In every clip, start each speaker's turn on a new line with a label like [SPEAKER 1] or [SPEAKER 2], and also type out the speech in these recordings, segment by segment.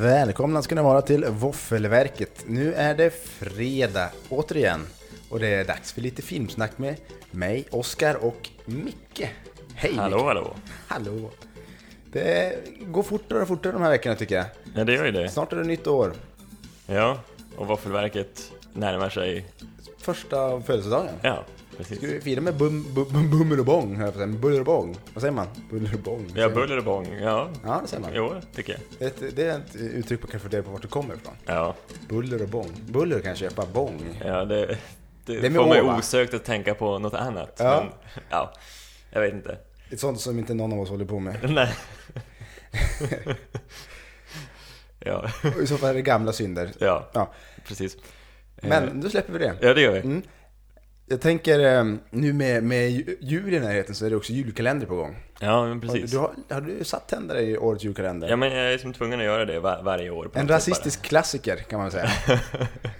[SPEAKER 1] Välkomna ska ni vara till Våffelverket. Nu är det fredag återigen och det är dags för lite filmsnack med mig, Oskar och Micke. Hej
[SPEAKER 2] Hallå,
[SPEAKER 1] Micke.
[SPEAKER 2] hallå.
[SPEAKER 1] Hallå! Det går fortare och fortare de här veckorna tycker jag.
[SPEAKER 2] Ja, det gör ju det.
[SPEAKER 1] Snart är det nytt år.
[SPEAKER 2] Ja, och Våffelverket närmar sig...
[SPEAKER 1] Första födelsedagen.
[SPEAKER 2] Ja,
[SPEAKER 1] Ska
[SPEAKER 2] precis.
[SPEAKER 1] vi fira med bum, bum, bum, buller och bång, höll jag på att säga. Men Buller och bång. Vad säger man? Buller och bång.
[SPEAKER 2] Ja, buller och bång. Ja.
[SPEAKER 1] Ja, det säger man.
[SPEAKER 2] Jo, tycker jag.
[SPEAKER 1] Ett, det är ett uttryck man kan fundera på vart det kommer ifrån.
[SPEAKER 2] Ja,
[SPEAKER 1] Buller och bång. Buller kanske, bara bång.
[SPEAKER 2] ja det, det,
[SPEAKER 1] Det är med
[SPEAKER 2] får mig
[SPEAKER 1] å, va?
[SPEAKER 2] osökt att tänka på något annat.
[SPEAKER 1] Ja.
[SPEAKER 2] Men, ja, jag vet inte.
[SPEAKER 1] Ett sånt som inte någon av oss håller på med.
[SPEAKER 2] Nej. ja,
[SPEAKER 1] Och I så fall är det gamla synder.
[SPEAKER 2] ja,
[SPEAKER 1] Ja.
[SPEAKER 2] precis. Eh.
[SPEAKER 1] Men nu släpper vi det.
[SPEAKER 2] Ja, det gör vi.
[SPEAKER 1] Mm. Jag tänker eh, nu med, med ju- jul i närheten så är det också julkalender på gång.
[SPEAKER 2] Ja, men
[SPEAKER 1] Har,
[SPEAKER 2] precis.
[SPEAKER 1] du, har, har du satt tänder i årets julkalender?
[SPEAKER 2] Ja, men jag är som tvungen att göra det var, varje år. på
[SPEAKER 1] en
[SPEAKER 2] något sätt
[SPEAKER 1] rasistisk klassiker kan man väl säga.
[SPEAKER 2] bara.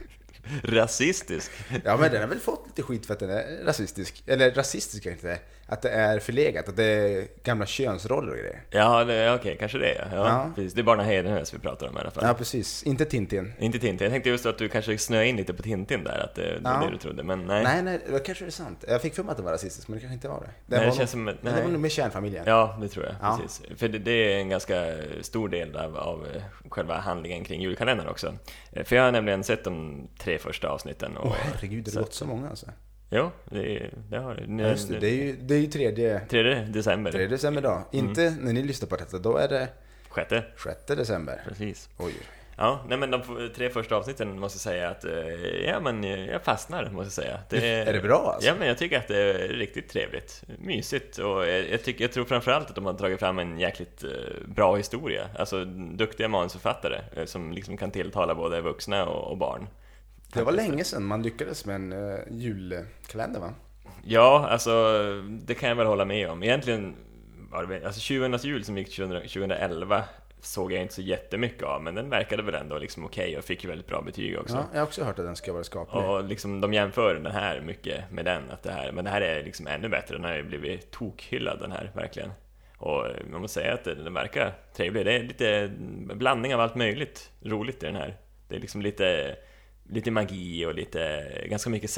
[SPEAKER 2] Rasistisk?
[SPEAKER 1] Ja men den har väl fått lite skit för att den är rasistisk. Eller rasistisk kanske inte det är. Att det är förlegat, att det är gamla könsroller och grejer.
[SPEAKER 2] Ja, det- okej, kanske det. Ja,
[SPEAKER 1] Ja.
[SPEAKER 2] ja. Precis. Det är Barna Hedenäs vi pratar om i alla fall.
[SPEAKER 1] Ja precis, inte Tintin.
[SPEAKER 2] Inte Tintin. Jag tänkte just att du kanske snöade in lite på Tintin där, att det, det
[SPEAKER 1] Ja.
[SPEAKER 2] var det du trodde. Men nej.
[SPEAKER 1] Nej, nej, det kanske är sant. Jag fick för mig att det var rasistiskt, men det kanske inte var det. Det,
[SPEAKER 2] Nej, det
[SPEAKER 1] var,
[SPEAKER 2] känns
[SPEAKER 1] nog,
[SPEAKER 2] som ett-
[SPEAKER 1] det var
[SPEAKER 2] nej.
[SPEAKER 1] nog med kärnfamiljen.
[SPEAKER 2] Ja, det tror jag.
[SPEAKER 1] Ja.
[SPEAKER 2] Precis. För det, det är en ganska stor del av, av eh, själva handlingen kring julkalendern också. Eh, För jag har nämligen sett de tre första avsnitten. Och,
[SPEAKER 1] Åh herregud, det har gått så många alltså.
[SPEAKER 2] Jo, det, är- det har
[SPEAKER 1] Ja, Just det, det är ju, det är ju tredje,
[SPEAKER 2] 3 december.
[SPEAKER 1] tredje december idag.
[SPEAKER 2] Mm.
[SPEAKER 1] Inte när ni lyssnar på detta, då är det
[SPEAKER 2] Sjätte.
[SPEAKER 1] sjätte december.
[SPEAKER 2] Precis.
[SPEAKER 1] Oj.
[SPEAKER 2] Ja, nej men de f- tre första avsnitten måste jag säga att, eh, ja men eh, jag fastnar måste jag säga.
[SPEAKER 1] Är det bra, alltså?
[SPEAKER 2] Ja men jag tycker att det är riktigt trevligt, mysigt och jag, jag, tycker, jag tror framförallt att de har dragit fram en jäkligt eh, bra historia. Alltså duktiga manusförfattare eh, som liksom kan tilltala både vuxna och, och barn.
[SPEAKER 1] Det var länge sedan man lyckades med en eh, julkalender va?
[SPEAKER 2] Ja, alltså det kan jag väl hålla med om. Egentligen var det väl, alltså Tjuvarnas jul som gick 2000 2011 såg jag inte så jättemycket av, men den verkade väl ändå liksom okej och fick ju väldigt bra betyg också.
[SPEAKER 1] Ja, jag har också hört att den ska vara skaplig.
[SPEAKER 2] Och liksom, de jämför den här mycket med den, att det här, men det här är liksom ännu bättre, den har ju blivit tokhyllad den här, verkligen. Och eh, man måste säga att den den verkar trevlig, det är lite blandning av allt möjligt roligt i den här. Det är liksom lite, lite magi och lite, ganska mycket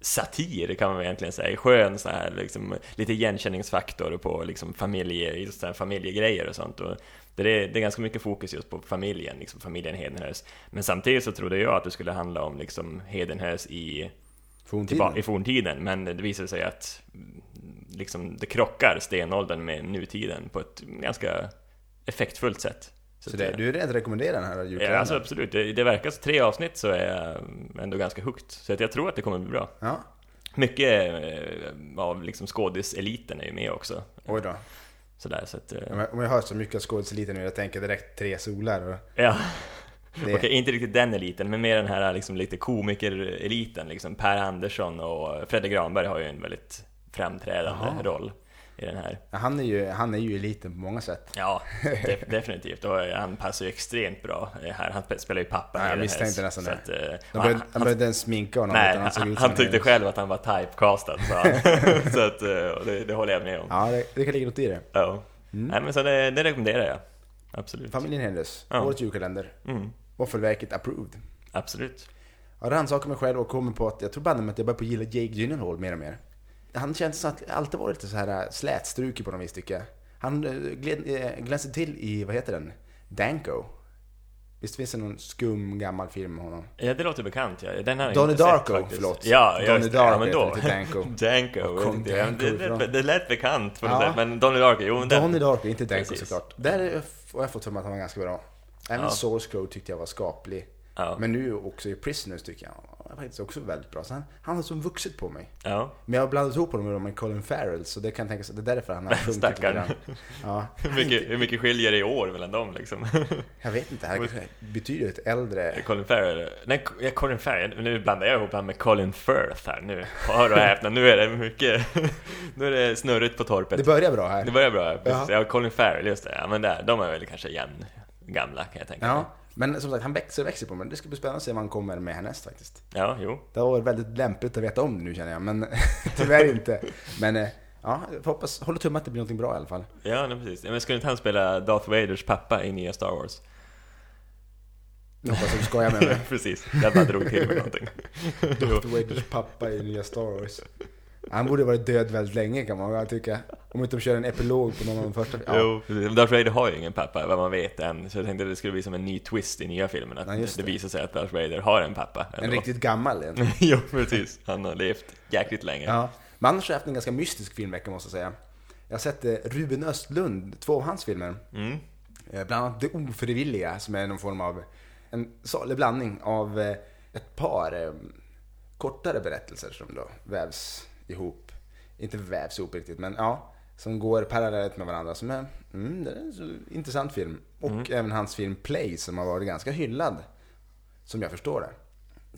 [SPEAKER 2] samhällssatir kan man väl egentligen säga, skön så här, liksom, lite igenkänningsfaktor på liksom, familje, just så här, familjegrejer och sånt. Och, det är, det är ganska mycket fokus just på familjen, liksom familjen Hedenhös. Men samtidigt så trodde jag att det skulle handla om liksom Hedenhös i,
[SPEAKER 1] Forntiden.
[SPEAKER 2] tillba- i forntiden, men det visade sig att mm, liksom, det krockar stenåldern med nutiden på ett ganska effektfullt sätt.
[SPEAKER 1] Så
[SPEAKER 2] att
[SPEAKER 1] det, du är rätt rekommenderad den här
[SPEAKER 2] ja,
[SPEAKER 1] julkalendern?
[SPEAKER 2] alltså, absolut, det, det verkar, så tre avsnitt så är jag ändå ganska högt, så att jag tror att det kommer bli bra.
[SPEAKER 1] ja.
[SPEAKER 2] Mycket eh, av liksom skådiseliten är ju med också.
[SPEAKER 1] Oj då.
[SPEAKER 2] Sådär, så att, eh,
[SPEAKER 1] Om jag, om jag hör så mycket av skådiseliten nu, jag tänker direkt tre solar. Och
[SPEAKER 2] ja.
[SPEAKER 1] det,
[SPEAKER 2] Okej, inte riktigt den eliten, men mer den här liksom, lite komikereliten. Liksom per Andersson och Fredrik Granberg har ju en väldigt framträdande roll i den här.
[SPEAKER 1] Ja, han, är ju, han är ju eliten på många sätt.
[SPEAKER 2] Ja, de- definitivt. Och han passar ju extremt bra här. Han spelar ju pappa
[SPEAKER 1] Ja, jag
[SPEAKER 2] i den
[SPEAKER 1] misstänkte
[SPEAKER 2] här,
[SPEAKER 1] nästan
[SPEAKER 2] så
[SPEAKER 1] det.
[SPEAKER 2] att, eh,
[SPEAKER 1] De
[SPEAKER 2] och
[SPEAKER 1] började,
[SPEAKER 2] han-
[SPEAKER 1] han behövde ens sminka honom.
[SPEAKER 2] Nej,
[SPEAKER 1] utan han såg
[SPEAKER 2] han,
[SPEAKER 1] ut som
[SPEAKER 2] han
[SPEAKER 1] en
[SPEAKER 2] tyckte
[SPEAKER 1] hemsk-
[SPEAKER 2] själv att han var typecastad, så, han. så att, eh, och det, det håller jag med om. Ja.
[SPEAKER 1] Ja, Mm. det, det kan ligga något i det.
[SPEAKER 2] Nej, men så det, det rekommenderar jag. Absolut.
[SPEAKER 1] Familjen Hennes,
[SPEAKER 2] Ja.
[SPEAKER 1] årets julkalender.
[SPEAKER 2] Mm,
[SPEAKER 1] Våffelverket approved.
[SPEAKER 2] absolut.
[SPEAKER 1] Jag rannsakar mig själv och kommer på att jag tror banne mig att jag börjar på att gilla Jake Gyllenhaal mer och mer. Han känns som att alltid varit lite så här äh, slätstrukig på något vis tycker jag. Han äh, gled- äh, glänste till i, vad heter den? Danko. Visst finns det någon skum gammal film med honom?
[SPEAKER 2] Ja, det låter bekant. Ja. Den har jag
[SPEAKER 1] Donnie
[SPEAKER 2] inte
[SPEAKER 1] Darko,
[SPEAKER 2] sett, faktiskt.
[SPEAKER 1] förlåt.
[SPEAKER 2] Ja,
[SPEAKER 1] Donnie
[SPEAKER 2] ja, just det.
[SPEAKER 1] Darko
[SPEAKER 2] ja, men då.
[SPEAKER 1] heter den, inte Danko.
[SPEAKER 2] Danko.
[SPEAKER 1] Var kom
[SPEAKER 2] ja, men
[SPEAKER 1] Danko
[SPEAKER 2] det, det,
[SPEAKER 1] ifrån?
[SPEAKER 2] det lät bekant på något
[SPEAKER 1] Ja.
[SPEAKER 2] sätt, men Donnie Darko, jo men den.
[SPEAKER 1] Donnie Darko, inte Danko
[SPEAKER 2] Precis.
[SPEAKER 1] såklart. Där har jag fått för mig att han var ganska bra. Även
[SPEAKER 2] Ja.
[SPEAKER 1] Source Code tyckte jag var skaplig.
[SPEAKER 2] Ja.
[SPEAKER 1] Men nu också i Prisoners tycker jag han var faktiskt också väldigt bra. Så han, han har som vuxit på mig.
[SPEAKER 2] Ja,
[SPEAKER 1] Men jag har blandat ihop honom med dem med Colin Farrell, så det kan tänkas att det är därför han har sjunkit lite
[SPEAKER 2] Stackarn.
[SPEAKER 1] grann. Ja,
[SPEAKER 2] hur mycket, hur mycket skiljer det i år mellan dem liksom?
[SPEAKER 1] jag vet inte, han kanske betyder ett äldre...
[SPEAKER 2] Colin Farrell, nej ja, Colin Farrell, nu blandar jag ihop han med Colin Firth här nu. Hör och häpna, nu är det mycket, nu är det snurrigt på
[SPEAKER 1] Det
[SPEAKER 2] torpet.
[SPEAKER 1] börjar bra här.
[SPEAKER 2] Det börjar bra, precis.
[SPEAKER 1] Ja.
[SPEAKER 2] Ja, Colin Farrell, just det. Ja, men där, de är väl kanske jämn, gamla kan jag tänka mig.
[SPEAKER 1] Ja, men som sagt, han växer och växer på mig. Det ska bli spännande att se vad han kommer med härnäst faktiskt.
[SPEAKER 2] Ja, jo.
[SPEAKER 1] Det har varit väldigt lämpligt att veta om det nu känner jag, men tyvärr inte. Men eh, ja, jag hoppas, håller tummen att det blir någonting bra i alla fall.
[SPEAKER 2] Ja, nej, precis. Ja, Men skulle inte han spela Darth Vaders pappa i nya Star Wars?
[SPEAKER 1] Jag hoppas att du skojar med
[SPEAKER 2] Ja,
[SPEAKER 1] mig.
[SPEAKER 2] precis. Jag bara drog till med någonting.
[SPEAKER 1] Darth Vaders pappa i nya Star Wars. Han borde varit död väldigt länge kan man väl tycka. Om inte de kör en epilog på någon av de första. Ja.
[SPEAKER 2] Jo, precis. Men Darth Vader har ju ingen pappa, vad man vet än. Så jag tänkte att det skulle bli som en ny twist i nya filmen. Att
[SPEAKER 1] Ja,
[SPEAKER 2] det.
[SPEAKER 1] just det.
[SPEAKER 2] visar sig att Darth Vader har en pappa.
[SPEAKER 1] En
[SPEAKER 2] ändå.
[SPEAKER 1] riktigt gammal en.
[SPEAKER 2] jo, precis. Han har levt jäkligt länge.
[SPEAKER 1] Ja. Men annars har jag haft en ganska mystisk filmvecka måste jag säga. Jag har sett eh, Ruben Östlund, två av hans filmer.
[SPEAKER 2] Mm.
[SPEAKER 1] Eh, Bland annat Det ofrivilliga som är någon form av en salig blandning av eh, ett par eh, kortare berättelser som då vävs ihop. Inte vävs ihop riktigt men ja. Som går parallellt med varandra som är, mm, det är en så intressant film. Och
[SPEAKER 2] Mm.
[SPEAKER 1] även hans film Play som har varit ganska hyllad. Som jag förstår det.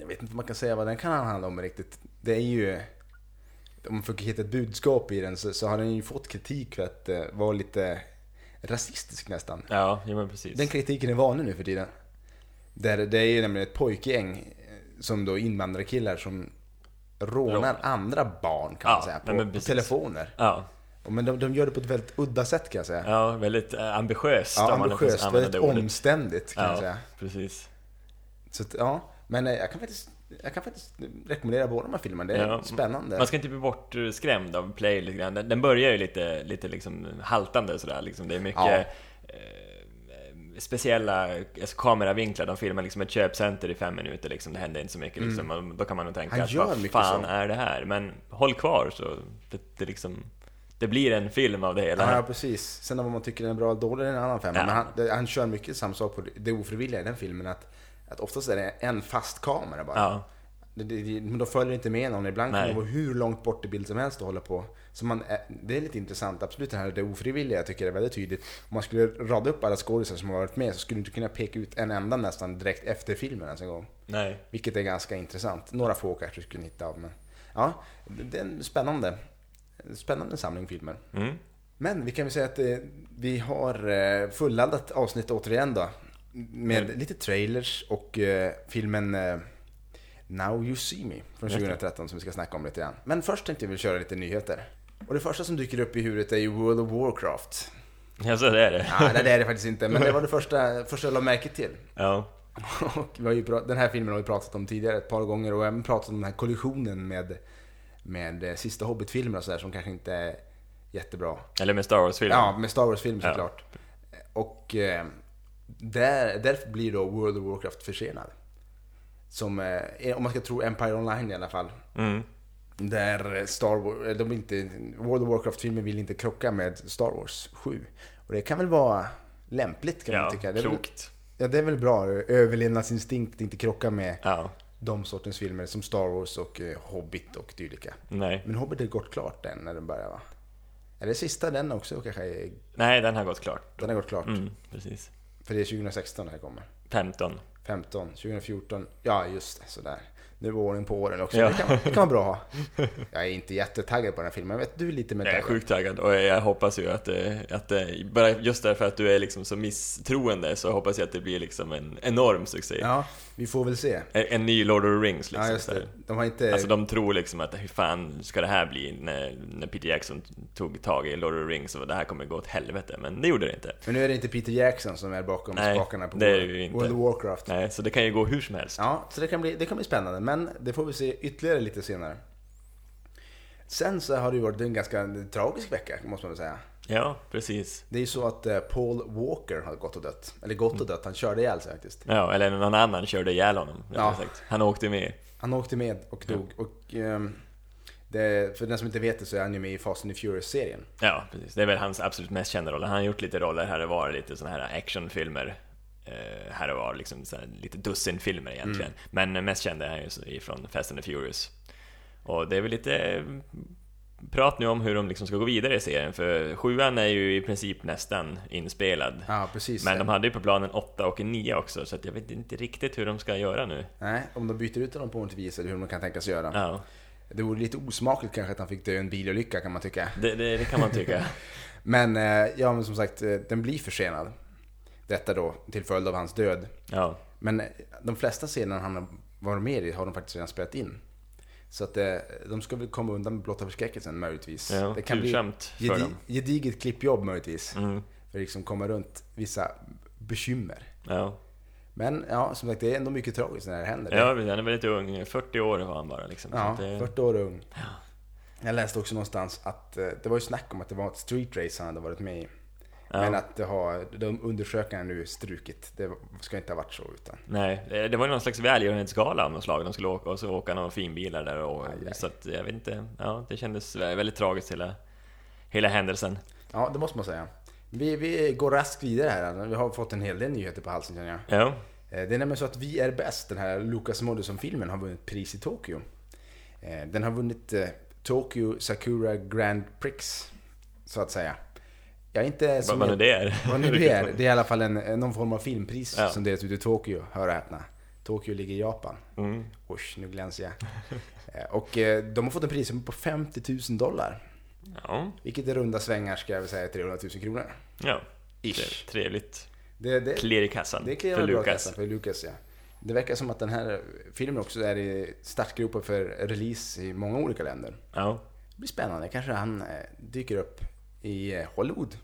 [SPEAKER 1] Jag vet inte om man kan säga vad den kan handla om riktigt. Det är ju om man försöker hitta ett budskap i den så, så har den ju fått kritik för att eh, vara lite rasistisk nästan.
[SPEAKER 2] Ja, jo, men precis.
[SPEAKER 1] Den kritiken är vanlig nu för tiden. Där det är ju nämligen ett pojkgäng eh, som då invandrarkillar som rånar
[SPEAKER 2] Rånar.
[SPEAKER 1] andra barn kan man
[SPEAKER 2] Ja,
[SPEAKER 1] säga
[SPEAKER 2] nej, men
[SPEAKER 1] på, på
[SPEAKER 2] precis.
[SPEAKER 1] telefoner.
[SPEAKER 2] Ja,
[SPEAKER 1] Och Men de, de gör det på ett väldigt udda sätt kan jag säga.
[SPEAKER 2] ja väldigt eh, ambitiöst
[SPEAKER 1] Ja,
[SPEAKER 2] om man ens
[SPEAKER 1] ambitiöst,
[SPEAKER 2] använder
[SPEAKER 1] väldigt
[SPEAKER 2] det ordet.
[SPEAKER 1] omständigt kan jag
[SPEAKER 2] Ja,
[SPEAKER 1] säga.
[SPEAKER 2] precis.
[SPEAKER 1] Så att, ja, men eh, jag kan faktiskt, jag kan faktiskt rekommendera båda de här filmerna. Det är
[SPEAKER 2] Ja,
[SPEAKER 1] Eh, spännande.
[SPEAKER 2] Man ska inte bli bortskrämd av Play lite grann. Den den börjar ju lite, lite liksom haltande sådär liksom. Det är mycket
[SPEAKER 1] Ja.
[SPEAKER 2] eh, speciella alltså, kameravinklar. De filmar liksom ett köpcenter i fem minuter liksom. Det händer inte så mycket liksom. Och Då kan man nog tänka
[SPEAKER 1] Mm. Han
[SPEAKER 2] att
[SPEAKER 1] gör
[SPEAKER 2] vad
[SPEAKER 1] mycket
[SPEAKER 2] fan
[SPEAKER 1] så."
[SPEAKER 2] är det här? Men håll kvar så det, det liksom... Det blir en film av det hela.
[SPEAKER 1] Ja, ja, precis. Sen om man tycker den är bra eller dålig är en annan femma.
[SPEAKER 2] Ja.
[SPEAKER 1] Men han, det- han kör mycket samma sak på det ofrivilliga i den filmen. Att, att oftast är det en fast kamera bara.
[SPEAKER 2] Ja.
[SPEAKER 1] Det, det, det, men de följer inte med någon. Ibland kan
[SPEAKER 2] Nej.
[SPEAKER 1] det vara hur långt bort i bild som helst och hålla på. Så man, är- det är lite intressant. Absolut det här det ofrivilliga jag tycker jag är väldigt tydligt. Om man skulle rada upp alla skådisar som har varit med så skulle du inte kunna peka ut en enda nästan direkt efter filmen ens en gång.
[SPEAKER 2] Nej.
[SPEAKER 1] Vilket är ganska intressant. Några få kanske du skulle hitta av. Men, ja, det det är en spännande, spännande samling filmer.
[SPEAKER 2] Mm.
[SPEAKER 1] Men vi kan väl säga att eh, vi har eh, fulladdat avsnitt återigen då. Med lite trailers och eh, filmen eh, Now You See Me från 2013 som vi ska snacka om lite grann. Men först tänkte jag väl köra lite nyheter. Och det första som dyker upp i huvudet är ju World of Warcraft.
[SPEAKER 2] Alltså det är det.
[SPEAKER 1] Nej, det är det faktiskt inte, men det var det första, första jag la märke till.
[SPEAKER 2] Ja.
[SPEAKER 1] Och vi har ju pra- den här filmen har vi pratat om tidigare ett par gånger och även pratat om den här kollisionen med, med eh, sista Hobbit-filmer och sådär som kanske inte är jättebra.
[SPEAKER 2] Eller med Star Wars-filmen.
[SPEAKER 1] Ja, med Star Wars-film
[SPEAKER 2] Ja.
[SPEAKER 1] såklart. Och eh, där, därför blir då World of Warcraft försenad. Som, eh, är- om man ska tro Empire Online i alla fall.
[SPEAKER 2] Mm.
[SPEAKER 1] Där eh, Star Wars, eh, de vill inte, World of Warcraft-filmen vill inte krocka med Star Wars 7. Och det kan väl vara lämpligt kan
[SPEAKER 2] Ja,
[SPEAKER 1] man tycka. Det är, väl,
[SPEAKER 2] klokt.
[SPEAKER 1] ja, det är väl bra. Överlevnadsinstinkt inte krocka med
[SPEAKER 2] Ja.
[SPEAKER 1] de sortens filmer som Star Wars och eh, Hobbit och dylika.
[SPEAKER 2] Nej.
[SPEAKER 1] Men Hobbit har gått klart den när den börjar va? Är det sista den också kanske? eh,
[SPEAKER 2] Nej, den har gått klart.
[SPEAKER 1] Den har gått klart.
[SPEAKER 2] Mm, precis.
[SPEAKER 1] För det är 2016 det här kommer.
[SPEAKER 2] 15.
[SPEAKER 1] 15, 2014, ja just det, sådär. Nu är åren på åren också.
[SPEAKER 2] Ja.
[SPEAKER 1] Det, kan, det kan vara bra att ha. Jag är inte jättetaggad på den här filmen, jag vet du är lite mer
[SPEAKER 2] Jag är
[SPEAKER 1] taggad.
[SPEAKER 2] sjukt taggad och jag hoppas ju att, eh, att eh, bara just därför att du är liksom så misstroende så hoppas jag att det blir liksom en enorm succé.
[SPEAKER 1] Ja, vi får väl se.
[SPEAKER 2] En, en ny Lord of the Rings liksom.
[SPEAKER 1] Ja, just
[SPEAKER 2] så här.
[SPEAKER 1] det. De har inte...
[SPEAKER 2] Alltså de tror liksom att hur fan ska det här bli när, när Peter Jackson tog tag i Lord of the Rings och det här kommer gå åt helvete, men det gjorde det inte.
[SPEAKER 1] Men nu är det inte Peter Jackson som är bakom
[SPEAKER 2] Nej,
[SPEAKER 1] spakarna på
[SPEAKER 2] det är det ju inte.
[SPEAKER 1] World of Warcraft.
[SPEAKER 2] Nej, så det kan ju gå hur som helst.
[SPEAKER 1] Ja, så det kan, bli, det kan bli spännande, men det får vi se ytterligare lite senare. Sen så har det ju varit en ganska tragisk vecka, måste man väl säga.
[SPEAKER 2] Ja, precis.
[SPEAKER 1] Det är ju så att eh, Paul Walker har gått och dött. Eller gått och dött, han körde ihjäl sig faktiskt.
[SPEAKER 2] Ja, eller någon annan körde ihjäl honom,
[SPEAKER 1] Ja.
[SPEAKER 2] ja. sagt. Han åkte med.
[SPEAKER 1] Han åkte med och dog. Och, ehm, det, för den som inte vet det så är han ju med i Fast and the Furious-serien.
[SPEAKER 2] Ja, precis. Det är väl hans absolut mest kända roll. Han har gjort lite roller här och var, lite såna här actionfilmer eh, här och var, liksom så här, lite dussinfilmer egentligen.
[SPEAKER 1] Mm.
[SPEAKER 2] Men mest känd är han ju från Fast and the Furious. Och det är väl lite eh, prat nu om hur de liksom ska gå vidare i serien, för sjuan är ju i princip nästan inspelad.
[SPEAKER 1] Ja, precis.
[SPEAKER 2] Men de hade ju på planen åtta och en nia också, så att jag vet inte riktigt hur de ska göra nu.
[SPEAKER 1] Nej, om de byter ut honom på något vis eller hur de kan tänkas göra.
[SPEAKER 2] Ja,
[SPEAKER 1] Det vore lite osmakligt kanske att han fick dö i en bilolycka kan man tycka.
[SPEAKER 2] det, det, det kan man tycka.
[SPEAKER 1] Men, eh, ja, men som sagt, eh, den blir försenad. Detta då till följd av hans död.
[SPEAKER 2] Ja,
[SPEAKER 1] Men eh, de flesta scener han har varit med i har de faktiskt redan spelat in. Så att eh, de ska väl komma undan med blotta förskräckelsen möjligtvis.
[SPEAKER 2] ja
[SPEAKER 1] det kan bli
[SPEAKER 2] tursamt för
[SPEAKER 1] gedi-
[SPEAKER 2] dem.
[SPEAKER 1] gediget klippjobb möjligtvis.
[SPEAKER 2] Mm,
[SPEAKER 1] För att liksom komma runt vissa bekymmer.
[SPEAKER 2] ja.
[SPEAKER 1] Men ja, som sagt, det är ändå mycket tragiskt när det händer.
[SPEAKER 2] Ja, han är väldigt ung. 40 år var han bara liksom.
[SPEAKER 1] Ja,
[SPEAKER 2] så att det,
[SPEAKER 1] 40 år ung. Jag läste också någonstans att eh, det var ju snack om att det var ett street race han hade varit med i.
[SPEAKER 2] Ja.
[SPEAKER 1] Men att det har, de undersökarna nu strukit. Det ska inte ha varit så utan.
[SPEAKER 2] Nej, eh, det var ju någon slags välgörenhetsgala av något slag. De skulle åka, och så åka några finbilar där och...
[SPEAKER 1] Aj, aj.
[SPEAKER 2] Så att, jag vet inte. Ja, det kändes vä- väldigt tragiskt hela, hela händelsen.
[SPEAKER 1] Ja, det måste man säga. Vi, vi går raskt vidare här. Vi har fått en hel del nyheter på halsen känner jag.
[SPEAKER 2] Ja,
[SPEAKER 1] Eh, Det är nämligen så att Vi är bäst, den här Lucas Moodysson-filmen, har vunnit pris i Tokyo. Eh, Den har vunnit eh, Tokyo Sakura Grand Prix, så att säga. Jag är inte...
[SPEAKER 2] vad,
[SPEAKER 1] som
[SPEAKER 2] vad nu
[SPEAKER 1] jag-
[SPEAKER 2] det är.
[SPEAKER 1] Vad nu det är. Det är i alla fall en, en- någon form av filmpris
[SPEAKER 2] Ja.
[SPEAKER 1] som delas ut i Tokyo, hör och häpna. Tokyo ligger i Japan.
[SPEAKER 2] Mm.
[SPEAKER 1] Usch, nu glänser jag. Eh, Och eh, de har fått en prissumma på 50 000 dollar.
[SPEAKER 2] Ja,
[SPEAKER 1] Vilket i runda svängar ska jag väl säga är 300 000 kronor.
[SPEAKER 2] ja.
[SPEAKER 1] Ish.
[SPEAKER 2] Tre- Trevligt.
[SPEAKER 1] Det, det,
[SPEAKER 2] Klirr i kassan
[SPEAKER 1] Det
[SPEAKER 2] för
[SPEAKER 1] klirrar bra i
[SPEAKER 2] Lukas.
[SPEAKER 1] kassan för Lucas, ja. Det verkar som att den här filmen också är i startgropen för release i många olika länder.
[SPEAKER 2] Ja.
[SPEAKER 1] Det blir spännande. Kanske han eh, dyker upp i eh, Hollywood.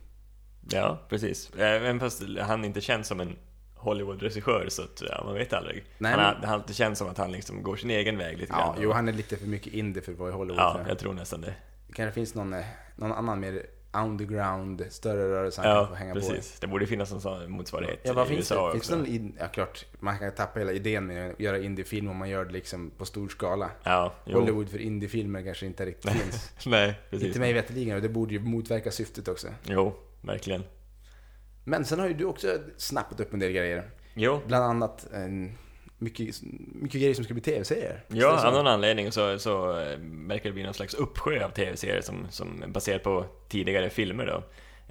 [SPEAKER 2] ja, precis. Även fast han inte känns som en Hollywood-regissör så att, ja, man vet aldrig.
[SPEAKER 1] Nej,
[SPEAKER 2] han, har,
[SPEAKER 1] men-
[SPEAKER 2] han har alltid känts som att han liksom går sin egen väg lite
[SPEAKER 1] Ja,
[SPEAKER 2] grann.
[SPEAKER 1] jo, han är lite för mycket indie för att vara i Hollywood.
[SPEAKER 2] ja,
[SPEAKER 1] tror jag.
[SPEAKER 2] jag tror nästan det.
[SPEAKER 1] Det kanske finns någon, eh, någon annan mer underground, större rörelse han kan få
[SPEAKER 2] Ja,
[SPEAKER 1] hänga på. i.
[SPEAKER 2] precis. Det borde finnas en sån motsvarighet
[SPEAKER 1] Ja, vad
[SPEAKER 2] i
[SPEAKER 1] finns
[SPEAKER 2] USA
[SPEAKER 1] det? Finns det
[SPEAKER 2] också.
[SPEAKER 1] någon in... Ja, klart. Man kan tappa hela idén med att göra indiefilm om man gör det liksom på stor skala.
[SPEAKER 2] Ja, jo.
[SPEAKER 1] Hollywood för indiefilmer kanske inte riktigt finns.
[SPEAKER 2] Nej, precis.
[SPEAKER 1] Inte mig veterligen, och det borde ju motverka syftet också.
[SPEAKER 2] Jo, verkligen.
[SPEAKER 1] Men sen har ju du också snappat upp en del grejer.
[SPEAKER 2] Jo,
[SPEAKER 1] Bland annat eh, mycket, mycket grejer som ska bli tv-serier. Visst är det
[SPEAKER 2] ja,
[SPEAKER 1] så?
[SPEAKER 2] av någon anledning så, så eh, verkar det bli någon slags uppsjö av tv-serier som, som är baserat på tidigare filmer då.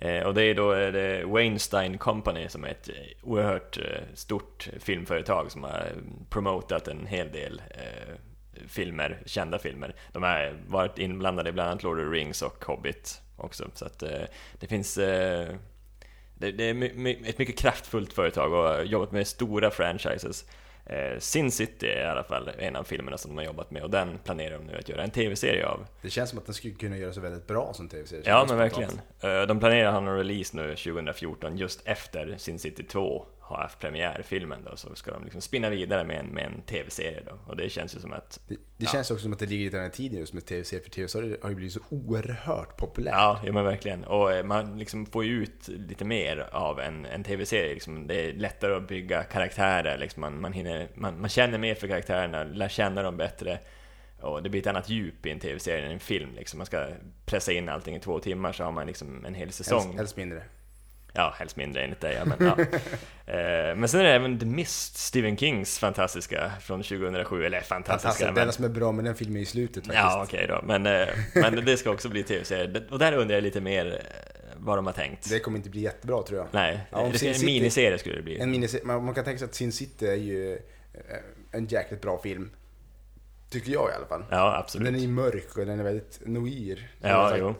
[SPEAKER 2] Eh, och det är då eh, det Weinstein Company som är ett eh, oerhört eh, stort filmföretag som har promotat en hel del eh, filmer, kända filmer. De har varit inblandade i bland annat Lord of the Rings och Hobbit också. Så att eh, det finns eh, Det, det är my, my, ett mycket kraftfullt företag och har jobbat med stora franchises. Eh, Sin City är i alla fall en av filmerna som de har jobbat med och den planerar de nu att göra en tv-serie av.
[SPEAKER 1] Det känns som att den skulle kunna göra sig väldigt bra som tv-serie.
[SPEAKER 2] Ja men
[SPEAKER 1] Spontant.
[SPEAKER 2] verkligen. Eh, De planerar att ha en release nu 2014 just efter Sin City 2 har haft premiär, filmen då, så ska de liksom spinna vidare med en, med en tv-serie då. Och det känns ju som att,
[SPEAKER 1] Det, det känns också som att det ligger lite i den här tiden just med tv-serier, för tv-serier har ju blivit så oerhört populärt.
[SPEAKER 2] ja, ja men verkligen. Och eh, man liksom får ju ut lite mer av en, en tv-serie liksom. Det är lättare att bygga karaktärer liksom. man, man, hinner, man, man känner mer för karaktärerna, lär känna dem bättre. Och det blir ett annat djup i en tv-serie än en film liksom. Man ska pressa in allting i två timmar så har man liksom en hel säsong.
[SPEAKER 1] Helst, helst mindre.
[SPEAKER 2] Ja, helst mindre enligt dig. Ja, men, ja. Eh, men sen är det även The Mist, Stephen Kings fantastiska från 2007. Eller
[SPEAKER 1] Fantastiskt.
[SPEAKER 2] fantastiska,
[SPEAKER 1] Det enda som är bra med den filmen är i slutet
[SPEAKER 2] men...
[SPEAKER 1] faktiskt.
[SPEAKER 2] Ja, okej då. Men, eh, men det ska också bli tv-serie. Och där undrar jag lite mer eh, vad de har tänkt.
[SPEAKER 1] Det kommer inte bli jättebra tror jag.
[SPEAKER 2] Nej,
[SPEAKER 1] Ja, om
[SPEAKER 2] det ska,
[SPEAKER 1] Sin
[SPEAKER 2] en
[SPEAKER 1] City-
[SPEAKER 2] miniserie skulle det bli.
[SPEAKER 1] En miniserie, man, man kan tänka sig att Sin City är ju eh, en jäkligt bra film. Tycker jag i alla fall.
[SPEAKER 2] Ja, absolut.
[SPEAKER 1] Den är ju mörk och den är väldigt noir. som jag
[SPEAKER 2] Ja,
[SPEAKER 1] sagt.
[SPEAKER 2] jo.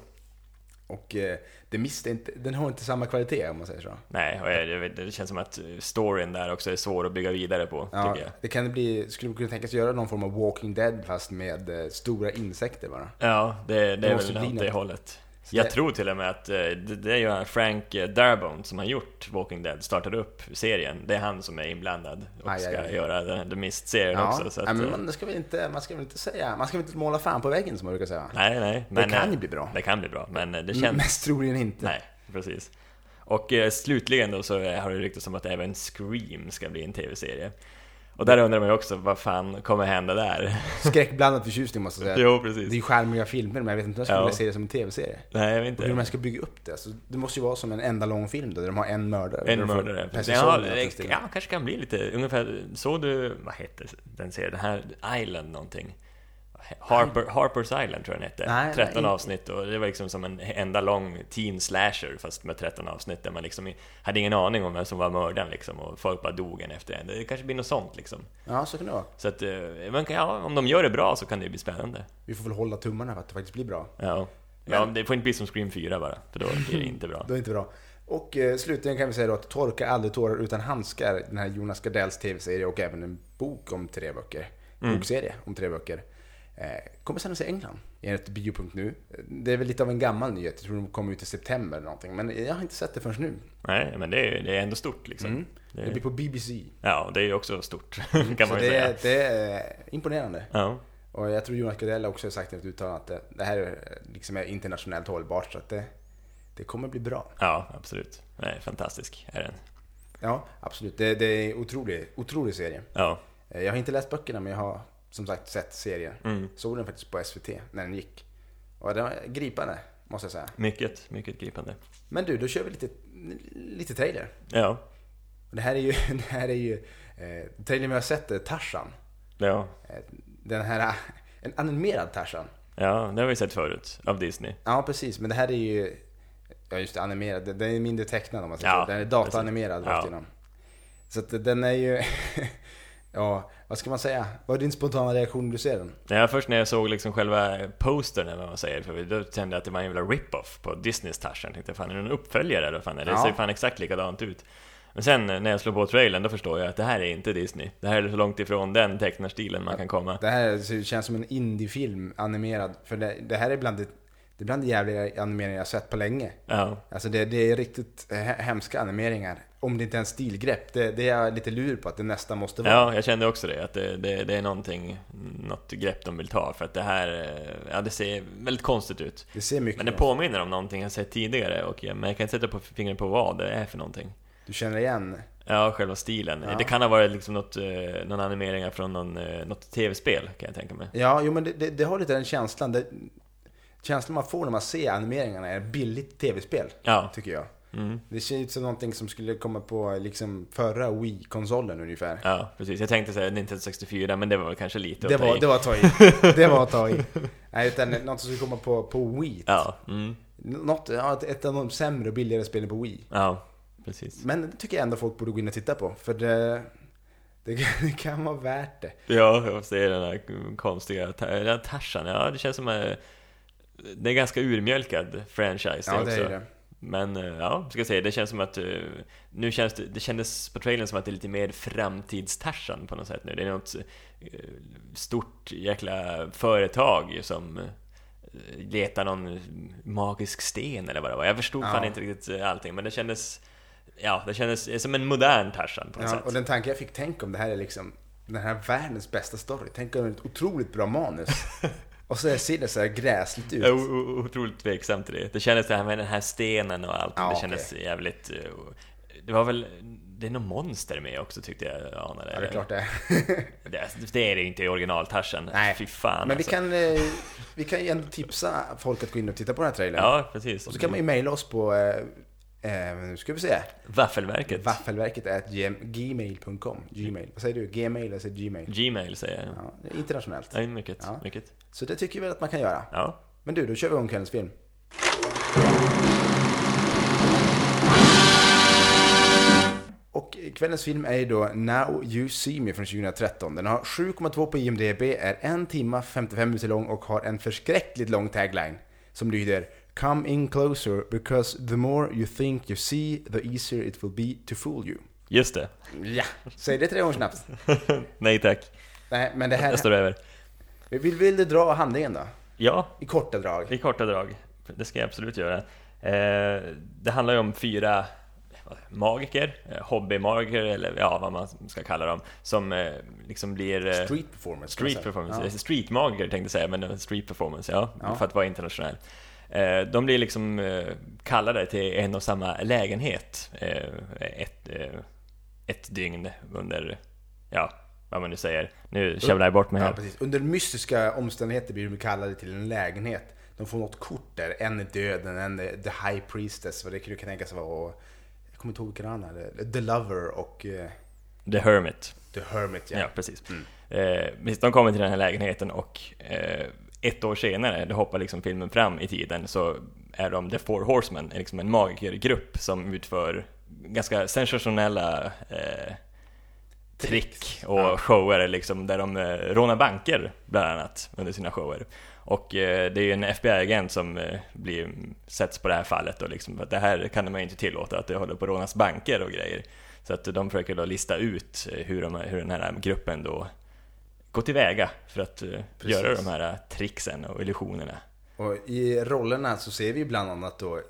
[SPEAKER 1] Och eh, det mister inte, den har inte samma kvalitet om man säger så.
[SPEAKER 2] Nej, och jag, jag vet- det känns som att eh, storyn där också är svår att bygga vidare på,
[SPEAKER 1] Ja,
[SPEAKER 2] tycker jag.
[SPEAKER 1] det kan bli, skulle kunna tänkas göra någon form av Walking Dead fast med eh, stora insekter bara.
[SPEAKER 2] Ja, det, det
[SPEAKER 1] Det
[SPEAKER 2] är
[SPEAKER 1] måste
[SPEAKER 2] väl
[SPEAKER 1] bli
[SPEAKER 2] åt
[SPEAKER 1] något.
[SPEAKER 2] det hållet.
[SPEAKER 1] Så det-
[SPEAKER 2] Jag tror till och med att eh, det, det är ju han Frank eh, Darabont som har gjort Walking Dead, startade upp serien. Det är han som är inblandad och
[SPEAKER 1] Aj, aj,
[SPEAKER 2] ska
[SPEAKER 1] aj.
[SPEAKER 2] göra den här The Mist-serien också. Så att,
[SPEAKER 1] nej,
[SPEAKER 2] eh,
[SPEAKER 1] men man, ska väl inte, man ska väl inte säga, man ska väl inte måla fan på väggen som man brukar säga.
[SPEAKER 2] nej, nej.
[SPEAKER 1] det
[SPEAKER 2] Men,
[SPEAKER 1] kan
[SPEAKER 2] eh,
[SPEAKER 1] ju bli bra.
[SPEAKER 2] Det kan bli bra, men eh, det
[SPEAKER 1] Mm,
[SPEAKER 2] känns...
[SPEAKER 1] Mest troligen inte.
[SPEAKER 2] Nej, precis. Och eh, slutligen då så eh, har det ryktats om att även Scream ska bli en TV-serie. Och där undrar man ju också, vad fan kommer hända där?
[SPEAKER 1] Skräckblandad förtjusning måste jag säga.
[SPEAKER 2] jo,
[SPEAKER 1] Det
[SPEAKER 2] precis.
[SPEAKER 1] är ju charmiga filmer men jag vet inte om jag skulle
[SPEAKER 2] Ja.
[SPEAKER 1] vilja se det som en tv-serie.
[SPEAKER 2] Nej, jag vet
[SPEAKER 1] Och hur
[SPEAKER 2] inte.
[SPEAKER 1] man ska bygga upp det. Så det måste ju vara som en enda lång film då, där de har en mördare. Där
[SPEAKER 2] En
[SPEAKER 1] de får
[SPEAKER 2] mördare.
[SPEAKER 1] per säsong
[SPEAKER 2] Ja,
[SPEAKER 1] eller något
[SPEAKER 2] det,
[SPEAKER 1] sånt.
[SPEAKER 2] ja, kanske kan bli lite ungefär. Såg du, vad hette den serien? Den här Island någonting? Harper, Harper's Island tror jag den hette.
[SPEAKER 1] Nej,
[SPEAKER 2] 13
[SPEAKER 1] nej.
[SPEAKER 2] avsnitt och det var liksom som en enda lång teen slasher fast med 13 avsnitt där man liksom i- hade ingen aning om vem som var mördaren liksom och folk bara dog en efter en. Det kanske blir något sånt liksom.
[SPEAKER 1] ja, så kan det vara.
[SPEAKER 2] Så att, eh, man kan, ja, om de gör det bra så kan det ju bli spännande.
[SPEAKER 1] Vi får väl hålla tummarna för att det faktiskt blir bra.
[SPEAKER 2] Ja. Ja, det får inte bli som Scream 4 bara, för då blir det inte bra.
[SPEAKER 1] Det är inte bra. Och eh, slutligen kan vi säga då att Torka aldrig tårar utan handskar, den här
[SPEAKER 2] Mm.
[SPEAKER 1] Jonas Gardells tv-serie och även en bok om tre böcker. Bokserie om tre böcker. Eh, kommer sen att se England, enligt bio.nu. Det är väl lite av en gammal nyhet, jag tror de kom ut i september eller någonting. Men jag har inte sett det förrän nu.
[SPEAKER 2] Nej, men det är, det är ändå stort liksom.
[SPEAKER 1] Mm.
[SPEAKER 2] Det
[SPEAKER 1] Det blir
[SPEAKER 2] är,
[SPEAKER 1] på BBC.
[SPEAKER 2] ja, det är ju också stort, kan
[SPEAKER 1] Så
[SPEAKER 2] man ju säga.
[SPEAKER 1] det, det är eh, imponerande.
[SPEAKER 2] Ja.
[SPEAKER 1] Och jag tror Jonas Gardell också har sagt i ett uttalande att det, det här är, liksom är internationellt hållbart. Så att det, det kommer bli bra.
[SPEAKER 2] ja, absolut. Nej, fantastisk är den.
[SPEAKER 1] Ja, absolut. Det, det är en otrolig, otrolig serie.
[SPEAKER 2] Ja,
[SPEAKER 1] Eh, Jag har inte läst böckerna men jag har som sagt sett serien. Såg den faktiskt på SVT när den gick. Och den var gripande, måste jag säga.
[SPEAKER 2] mycket, mycket gripande.
[SPEAKER 1] Men du, då kör vi lite, lite trailer.
[SPEAKER 2] Ja,
[SPEAKER 1] Och Det här är ju, det här är ju eh, trailern vi har sett, är Tarzan.
[SPEAKER 2] ja,
[SPEAKER 1] Eh, den här, en animerad Tarzan.
[SPEAKER 2] ja, det har vi sett förut, av Disney.
[SPEAKER 1] Ja, precis. Men det här är ju... Ja, just det, animerad. Den är mindre tecknad om man säger
[SPEAKER 2] Ja,
[SPEAKER 1] så. Den är dataanimerad
[SPEAKER 2] precis.
[SPEAKER 1] rakt
[SPEAKER 2] Ja.
[SPEAKER 1] igenom. Så att den är ju... ja, vad ska man säga? Vad är din spontana reaktion när du ser den?
[SPEAKER 2] Ja, först när jag såg liksom själva postern, eller vad man säger, för då kände jag att det var en jävla rip-off på Disneys Tarzan. Tänkte, fan är det en uppföljare eller vad fan är det? Det
[SPEAKER 1] Ja.
[SPEAKER 2] ser ju fan exakt likadant ut. Men sen eh, när jag slår på trailern, då förstår jag att det här är inte Disney. Det här är så långt ifrån den tecknarstilen man kan komma.
[SPEAKER 1] Det här ser- känns som en indiefilm, animerad. För det, det här är bland det, det är bland det jävliga animeringar jag har sett på länge.
[SPEAKER 2] Ja,
[SPEAKER 1] Alltså det, det är riktigt eh, he- hemska animeringar. Om det inte är en stilgrepp. Det, det är jag lite lur på att det nästa måste vara.
[SPEAKER 2] ja jag kände också det, att det, det, det är någonting, något grepp de vill ta, för att det här, eh, ja det ser väldigt konstigt ut.
[SPEAKER 1] Det ser mycket
[SPEAKER 2] Men det
[SPEAKER 1] bra.
[SPEAKER 2] påminner om någonting jag sett tidigare, och jag, men jag kan inte sätta på fingret på vad det är för någonting.
[SPEAKER 1] Du känner igen?
[SPEAKER 2] Ja, själva stilen.
[SPEAKER 1] Ja.
[SPEAKER 2] Det kan ha varit liksom något, eh, någon animeringar från någon, eh, något tv-spel, kan jag tänka mig.
[SPEAKER 1] Ja, jo men det, det, det har lite den känslan. Det, känslan man får när man ser animeringarna är billigt tv-spel.
[SPEAKER 2] Ja. mm,
[SPEAKER 1] Tycker jag. Det ser ut som någonting som skulle komma på liksom förra Wii-konsolen ungefär.
[SPEAKER 2] Ja, precis. Jag tänkte säga Nintendo 64, men det var väl kanske lite
[SPEAKER 1] Det
[SPEAKER 2] att ta
[SPEAKER 1] var,
[SPEAKER 2] i.
[SPEAKER 1] det var att ta i. Det var att ta i. Nej, utan något som skulle komma på, på Wii.
[SPEAKER 2] Ja, mm.
[SPEAKER 1] Något, ja, ett- ett av de sämre och billigare spelen på Wii.
[SPEAKER 2] ja, precis.
[SPEAKER 1] Men det tycker jag ändå folk borde gå in och titta på. För det, det, kan- det kan vara värt det.
[SPEAKER 2] Ja, jag ser den här konstiga ta- den här Tarzan. Ja, det känns som eh, det är en ganska urmjölkad franchise
[SPEAKER 1] Ja, det
[SPEAKER 2] också.
[SPEAKER 1] är det.
[SPEAKER 2] Men eh, ja, ska jag säga, det känns som att eh, nu känns det, det kändes på trailern som att det är lite mer framtidstarzan på något sätt nu. Det är något eh, stort jäkla företag som eh, letar någon magisk sten eller vad det var. Jag förstod
[SPEAKER 1] Ja.
[SPEAKER 2] fan inte riktigt eh, allting, men det kändes Ja, det kändes eh, som en modern Tarzan på något
[SPEAKER 1] Ja,
[SPEAKER 2] sätt.
[SPEAKER 1] och den tanke jag fick, tänk om det här är liksom den här världens bästa story. Tänk om det är ett otroligt bra manus. och så ser det så här gräsligt ut.
[SPEAKER 2] Jag är o- o- otroligt tveksam till det. Det kändes det här med den här stenen och allt.
[SPEAKER 1] Ja,
[SPEAKER 2] det kändes jävligt... eh, o- Det var väl... Det är något monster med också tyckte jag anade.
[SPEAKER 1] Ja, det är klart det är.
[SPEAKER 2] Det, det är det ju inte i originaltarsen.
[SPEAKER 1] Nej.
[SPEAKER 2] Fy fan
[SPEAKER 1] Men vi
[SPEAKER 2] alltså.
[SPEAKER 1] kan, eh, vi kan ju ändå tipsa folk att gå in och titta på den här trailern.
[SPEAKER 2] Ja, precis.
[SPEAKER 1] Och så kan man ju mejla oss på, eh, eh, nu ska vi se,
[SPEAKER 2] Vaffelverket.
[SPEAKER 1] vaffelverket är ett gem- gmail.com. Gmail. Vad säger du? Gmail? Jag säger gmail.
[SPEAKER 2] Gmail säger jag.
[SPEAKER 1] Ja, det är internationellt.
[SPEAKER 2] Ja, mycket.
[SPEAKER 1] Ja.
[SPEAKER 2] Mycket.
[SPEAKER 1] Så det tycker vi att man kan göra.
[SPEAKER 2] Ja.
[SPEAKER 1] Men du, då kör vi igång kvällens film. Och kvällens film är ju då Now You See Me från 2013. Den har 7,2 på IMDB, är 1 timma 55 minuter lång och har en förskräckligt lång tagline som lyder Come in closer because the more you think you see the easier it will be to fool you.
[SPEAKER 2] Just det.
[SPEAKER 1] Ja, säg det tre gånger snabbt.
[SPEAKER 2] Nej tack.
[SPEAKER 1] Nej, men det
[SPEAKER 2] Jag
[SPEAKER 1] här...
[SPEAKER 2] står över.
[SPEAKER 1] Vill, vill du dra handlingen då?
[SPEAKER 2] Ja,
[SPEAKER 1] I korta drag.
[SPEAKER 2] I korta drag. Det ska jag absolut göra. Eh, det handlar ju om fyra magiker, eh, hobbymagiker eller ja, vad man ska kalla dem, som eh, liksom blir... eh,
[SPEAKER 1] Street performance. kan man
[SPEAKER 2] Street
[SPEAKER 1] säga.
[SPEAKER 2] performance,
[SPEAKER 1] Ja.
[SPEAKER 2] Eh, streetmagiker tänkte jag säga, men eh, street performance, ja,
[SPEAKER 1] Ja.
[SPEAKER 2] för att vara internationell. Eh, De blir liksom eh, kallade till en och samma lägenhet eh, ett, eh, ett dygn under, ja, vad man nu säger. Nu kävlar jag bort mig
[SPEAKER 1] Ja,
[SPEAKER 2] här.
[SPEAKER 1] precis. Under mystiska omständigheter blir de kallade till en lägenhet. De får något kort där. En är döden, en är the high priestess. Vad det kan tänkas vara. Och, jag kommer inte ihåg vilken annan. det är. The lover och eh,
[SPEAKER 2] The Hermit.
[SPEAKER 1] the hermit. Ja. Mm.
[SPEAKER 2] Ja, precis. Eh, precis, de kommer till den här lägenheten och eh, ett år senare, då hoppar liksom filmen fram i tiden, så är de The Four Horsemen, liksom en magikergrupp som utför ganska sensationella eh, trick och shower, liksom, där de eh, rånar banker bland annat under sina shower. Och eh, det är ju en FBI-agent som eh, blir, sätts på det här fallet och liksom, att det här kan man ju inte tillåta, att det håller på att rånas banker och grejer. Så att de försöker då lista ut eh, hur, de, hur den här gruppen då går gå tillväga för att eh,
[SPEAKER 1] Precis.
[SPEAKER 2] göra de här eh, tricksen och illusionerna.
[SPEAKER 1] Och i rollerna så ser vi bland annat då, eh,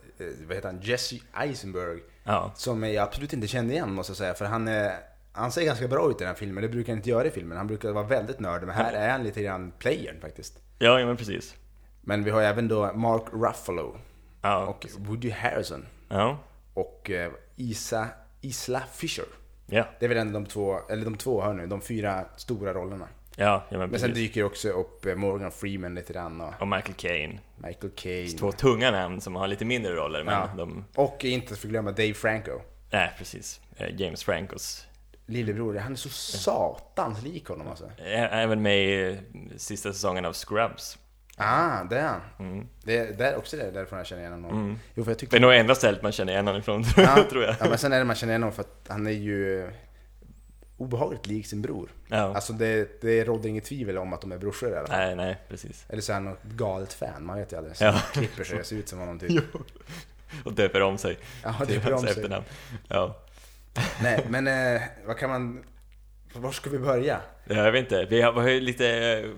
[SPEAKER 1] vad heter han, Jesse Eisenberg.
[SPEAKER 2] Ja,
[SPEAKER 1] Som jag absolut inte kände igen måste jag säga, för han, eh, han ser ganska bra ut i den här filmen. Det brukar han inte göra i filmen. Han brukar vara väldigt nörd, men här är han lite grann playern faktiskt.
[SPEAKER 2] ja ja, men precis.
[SPEAKER 1] Men vi har även då Mark Ruffalo
[SPEAKER 2] Ja,
[SPEAKER 1] och Woody Harrison
[SPEAKER 2] ja,
[SPEAKER 1] och eh, Isa, Isla Fisher.
[SPEAKER 2] ja,
[SPEAKER 1] Det är väl ändå de två, eller de två hör nu, de fyra stora rollerna.
[SPEAKER 2] ja, ja men
[SPEAKER 1] Men sen
[SPEAKER 2] precis.
[SPEAKER 1] dyker också upp eh, Morgan Freeman lite grann och
[SPEAKER 2] Och Michael Caine.
[SPEAKER 1] Michael Caine.
[SPEAKER 2] Två tunga namn som har lite mindre roller, men
[SPEAKER 1] Ja.
[SPEAKER 2] de...
[SPEAKER 1] Och inte att förglömma Dave Franco.
[SPEAKER 2] Nej, precis. Eh, James Francos.
[SPEAKER 1] Lillebror, han är så satans lik honom alltså.
[SPEAKER 2] Ä- Även med i eh, sista säsongen av Scrubs.
[SPEAKER 1] Ah, det är han. Det är där också det, är därifrån jag känner igen honom. Jo, för jag
[SPEAKER 2] Det
[SPEAKER 1] tyckte...
[SPEAKER 2] Mm. är nog enda stället man känner igen honom ifrån,
[SPEAKER 1] ja,
[SPEAKER 2] tror jag.
[SPEAKER 1] ja, men sen är det man känner igen honom för att han är ju eh, obehagligt lik sin bror.
[SPEAKER 2] Ja.
[SPEAKER 1] Alltså det, det råder inget tvivel om att de är brorsor i alla fall.
[SPEAKER 2] Nej, nej, precis.
[SPEAKER 1] Eller så är han något galet fan, man vet ju aldrig. Så
[SPEAKER 2] Ja.
[SPEAKER 1] klipper sig och ser ut som honom typ.
[SPEAKER 2] Och döper om sig
[SPEAKER 1] Ja,
[SPEAKER 2] till
[SPEAKER 1] döper
[SPEAKER 2] hans
[SPEAKER 1] om sig.
[SPEAKER 2] efternamn. Ja.
[SPEAKER 1] Nej, men eh, vad kan man... Var ska vi börja?
[SPEAKER 2] Ja, Jag vet inte, vi har, vi har ju lite... eh,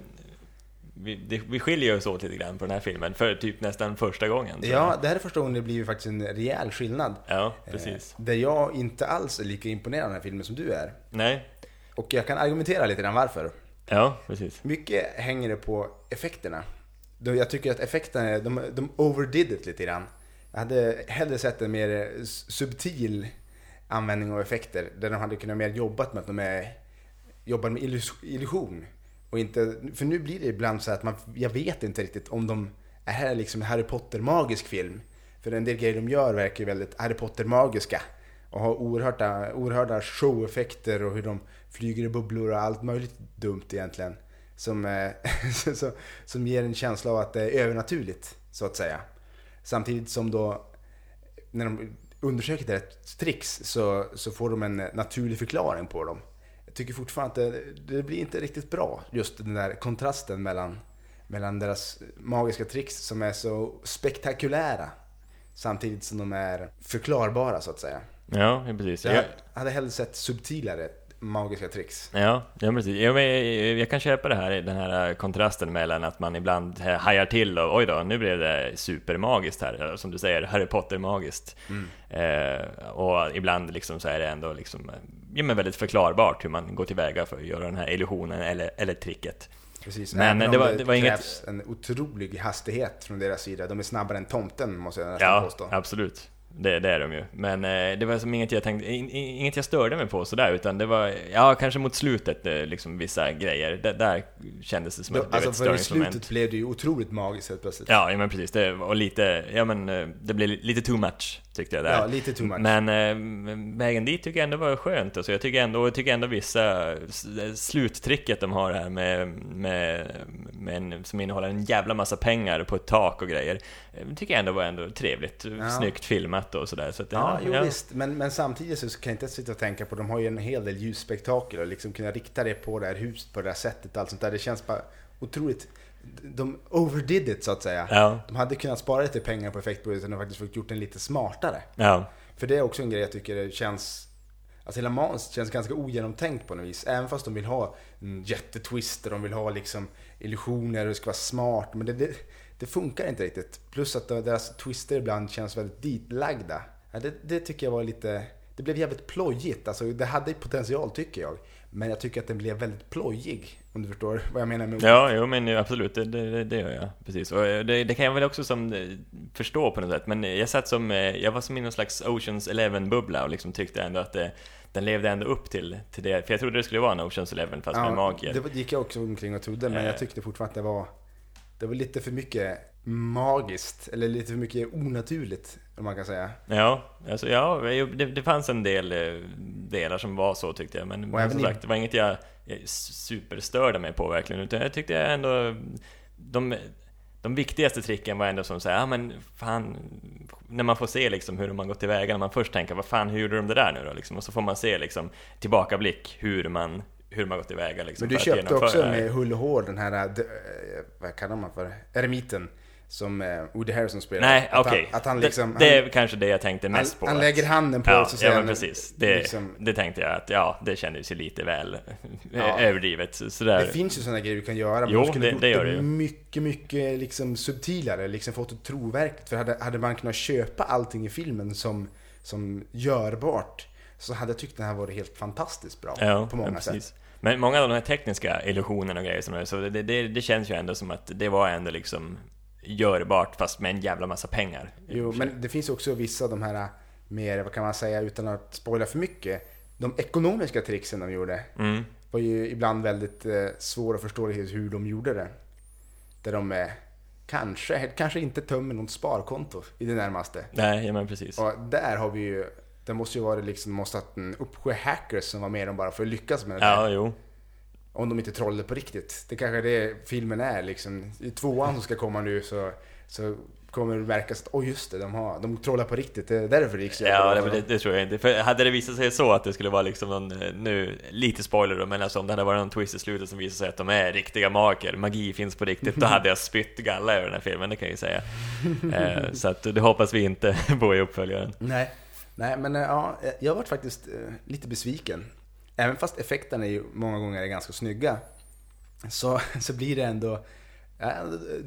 [SPEAKER 2] Vi, det, vi skiljer oss åt lite grann på den här filmen, för typ nästan första gången. tror jag.
[SPEAKER 1] Ja, det här är första gången det blir ju faktiskt en rejäl skillnad.
[SPEAKER 2] Ja,
[SPEAKER 1] Eh,
[SPEAKER 2] precis.
[SPEAKER 1] Där jag inte alls är lika imponerad av den här filmen som du är.
[SPEAKER 2] Nej.
[SPEAKER 1] Och jag kan argumentera lite grann varför.
[SPEAKER 2] Ja, precis.
[SPEAKER 1] Mycket hänger det på effekterna. Då Jag tycker att effekterna, är- de, de overdid it lite grann. Jag hade hellre sett en mer eh, s- subtil användning av effekter. Där de hade kunnat mer jobbat med att de är, jobbar med illus- illusion. Och inte, för nu blir det ibland så att man, jag vet inte riktigt om de, är här liksom en Harry Potter-magisk film? För en del grejer de gör verkar ju väldigt Harry Potter-magiska. Och har oerhörda, oerhörda show-effekter och hur de flyger i bubblor och allt möjligt dumt egentligen. Som, eh, som, som ger en känsla av att det är övernaturligt, så att säga. Samtidigt som då, när de undersöker deras tricks så, så får de en naturlig förklaring på dem. Jag tycker fortfarande att det, det blir inte riktigt bra, just den där kontrasten mellan, mellan deras magiska tricks som är så spektakulära samtidigt som de är förklarbara så att säga.
[SPEAKER 2] Ja, ja, precis.
[SPEAKER 1] Jag
[SPEAKER 2] Jag,
[SPEAKER 1] hade hellre sett subtilare magiska tricks.
[SPEAKER 2] ja, ja, precis. Jag, jag, jag kan köpa det här, den här eh, kontrasten mellan att man ibland eh, hajar till och oj då, nu blev det supermagiskt här. Eller Som du säger, Harry Potter-magiskt.
[SPEAKER 1] Mm.
[SPEAKER 2] Eh, och ibland liksom så är det ändå liksom, eh, ja, men väldigt förklarbart hur man går tillväga för att göra den här illusionen eller, eller tricket.
[SPEAKER 1] Precis. Även
[SPEAKER 2] Men, eh,
[SPEAKER 1] om
[SPEAKER 2] det var- det var inget-
[SPEAKER 1] krävs en otrolig hastighet från deras sida. De är snabbare än tomten måste jag nästan
[SPEAKER 2] Ja,
[SPEAKER 1] påstå.
[SPEAKER 2] absolut. Det, det är de ju. Men eh, det var som inget jag, tänkte, in, in, inget jag störde mig på sådär, utan det var, ja kanske mot slutet eh, liksom vissa grejer. Där, där kändes det som att det blev
[SPEAKER 1] alltså
[SPEAKER 2] ett
[SPEAKER 1] för i
[SPEAKER 2] störningsmoment.
[SPEAKER 1] slutet blev det ju otroligt magiskt helt plötsligt.
[SPEAKER 2] Ja, ja men precis. Det, och lite, ja men eh, det blev li- lite too much tyckte jag där.
[SPEAKER 1] Ja, lite too much.
[SPEAKER 2] Men eh, vägen dit tycker jag ändå var skönt. Alltså, jag tycker ändå, jag tycker ändå vissa, s- sluttricket de har här med, med, med en, som innehåller en jävla massa pengar på ett tak och grejer. eh, Tycker jag ändå var ändå trevligt, snyggt filmat och sådär. Så att,
[SPEAKER 1] Ja, jo, visst. Men, men samtidigt så kan jag inte sitta och tänka på, de har ju en hel del ljusspektakel och liksom kunna rikta det på det här huset på det här sättet och allt sånt där. Det känns bara otroligt. De overdid it så att säga.
[SPEAKER 2] Ja.
[SPEAKER 1] De hade kunnat spara lite pengar på effektbudgeten och faktiskt fått gjort den lite smartare.
[SPEAKER 2] Ja,
[SPEAKER 1] För det är också en grej jag tycker det känns Alltså hela manuset känns ganska ogenomtänkt på något vis. Även fast de vill ha en jättetwist och de vill ha liksom illusioner och det ska vara smart. Men det, det, det funkar inte riktigt. Plus att deras twister ibland känns väldigt ditlagda. Ja, det, det tycker jag var lite... Det blev jävligt plojigt. Alltså det hade potential tycker jag. Men jag tycker att den blev väldigt plojig. Om du förstår vad jag menar med
[SPEAKER 2] ja jo, men absolut, det, det, det- det gör jag. Precis. Och eh, det, det kan jag väl också som, eh, förstå på något sätt, men eh, jag satt som, eh, jag var som i någon slags Oceans Eleven-bubbla och liksom tyckte ändå att eh, den levde ändå upp till, till det, för jag trodde det skulle vara en Oceans Eleven fast med magier. Eh.
[SPEAKER 1] det var- gick jag också omkring och trodde, men jag tyckte fortfarande att det var, det var lite för mycket magiskt, eller lite för mycket onaturligt, om man kan säga.
[SPEAKER 2] Ja, alltså, ja jo, det, det fanns en del eh, delar som var så tyckte jag, men, men
[SPEAKER 1] även
[SPEAKER 2] som
[SPEAKER 1] i-
[SPEAKER 2] sagt, det var inget jag, jag superstörde mig på verkligen, utan jag tyckte jag ändå de, de viktigaste tricken var ändå som såhär, ja men fan, när man får se liksom hur de har gått tillväga, när man först tänker vad fan, hur gjorde de det där nu då? Liksom, och så får man se liksom tillbakablick hur man, hur man har gått tillväga liksom,
[SPEAKER 1] Men du
[SPEAKER 2] för att
[SPEAKER 1] köpte
[SPEAKER 2] genomföra
[SPEAKER 1] också
[SPEAKER 2] det här.
[SPEAKER 1] eh, med hull och hår den här, eh, vad kallar man för, eremiten. som eh, Woody Harrison spelar.
[SPEAKER 2] Nej,
[SPEAKER 1] att,
[SPEAKER 2] okej.
[SPEAKER 1] han, att han
[SPEAKER 2] Det-
[SPEAKER 1] liksom...
[SPEAKER 2] det är
[SPEAKER 1] han,
[SPEAKER 2] kanske det jag tänkte
[SPEAKER 1] han,
[SPEAKER 2] mest på.
[SPEAKER 1] han
[SPEAKER 2] att-
[SPEAKER 1] lägger handen på
[SPEAKER 2] ja,
[SPEAKER 1] oss och
[SPEAKER 2] ja,
[SPEAKER 1] säger...
[SPEAKER 2] men precis. Det,
[SPEAKER 1] liksom-
[SPEAKER 2] det tänkte jag att, ja, det kändes ju lite väl
[SPEAKER 1] Ja.
[SPEAKER 2] överdrivet. så- Sådär.
[SPEAKER 1] Det finns ju sådana grejer du kan göra, men
[SPEAKER 2] Jo,
[SPEAKER 1] de skulle
[SPEAKER 2] det-
[SPEAKER 1] gjort
[SPEAKER 2] det gör det ju.
[SPEAKER 1] mycket, mycket liksom subtilare, liksom fått det trovärdigt. För hade, hade man kunnat köpa allting i filmen som, som görbart, så hade jag tyckt den här varit helt fantastiskt bra
[SPEAKER 2] ja,
[SPEAKER 1] på många
[SPEAKER 2] ja,
[SPEAKER 1] sätt.
[SPEAKER 2] precis. Men många av de här tekniska illusionerna och grejer som är, så det, det, det känns ju ändå som att det var ändå liksom görbart fast med en jävla massa pengar.
[SPEAKER 1] Jo, men det finns också vissa av de här mer, vad kan man säga, utan att spoila för mycket. De ekonomiska tricksen de gjorde
[SPEAKER 2] Mm.
[SPEAKER 1] var ju ibland väldigt eh, svåra att förstå riktigt hur de gjorde det. Där de eh, kanske, kanske inte tömmer något sparkonto i det närmaste.
[SPEAKER 2] Nej, ja, men precis.
[SPEAKER 1] Och där har vi ju, det måste ju vara det liksom, måste ha haft en uppsjö hackers som var med dem bara för att lyckas med det där.
[SPEAKER 2] Ja, jo.
[SPEAKER 1] Om de inte trollade på riktigt. Det kanske är det filmen är liksom. I tvåan som ska komma nu så, så kommer det märkas att, åh just det, de, har, de trollar på riktigt. Det är därför det gick så jävla
[SPEAKER 2] Ja,
[SPEAKER 1] bra
[SPEAKER 2] det,
[SPEAKER 1] för
[SPEAKER 2] men det,
[SPEAKER 1] dem.
[SPEAKER 2] det tror jag inte. För hade det visat sig så att det skulle vara liksom någon, eh, nu, lite spoiler då, men alltså om det hade varit någon twist i slutet som visade sig att de är riktiga magiker, magi finns på riktigt, då hade jag spytt galla över den här filmen, det kan jag ju säga. Eh, så att det hoppas vi inte på i uppföljaren.
[SPEAKER 1] Nej. Nej, men eh, ja, jag varit faktiskt eh, lite besviken. Även fast effekterna är ju många gånger är ganska snygga. Så, så blir det ändå... ja,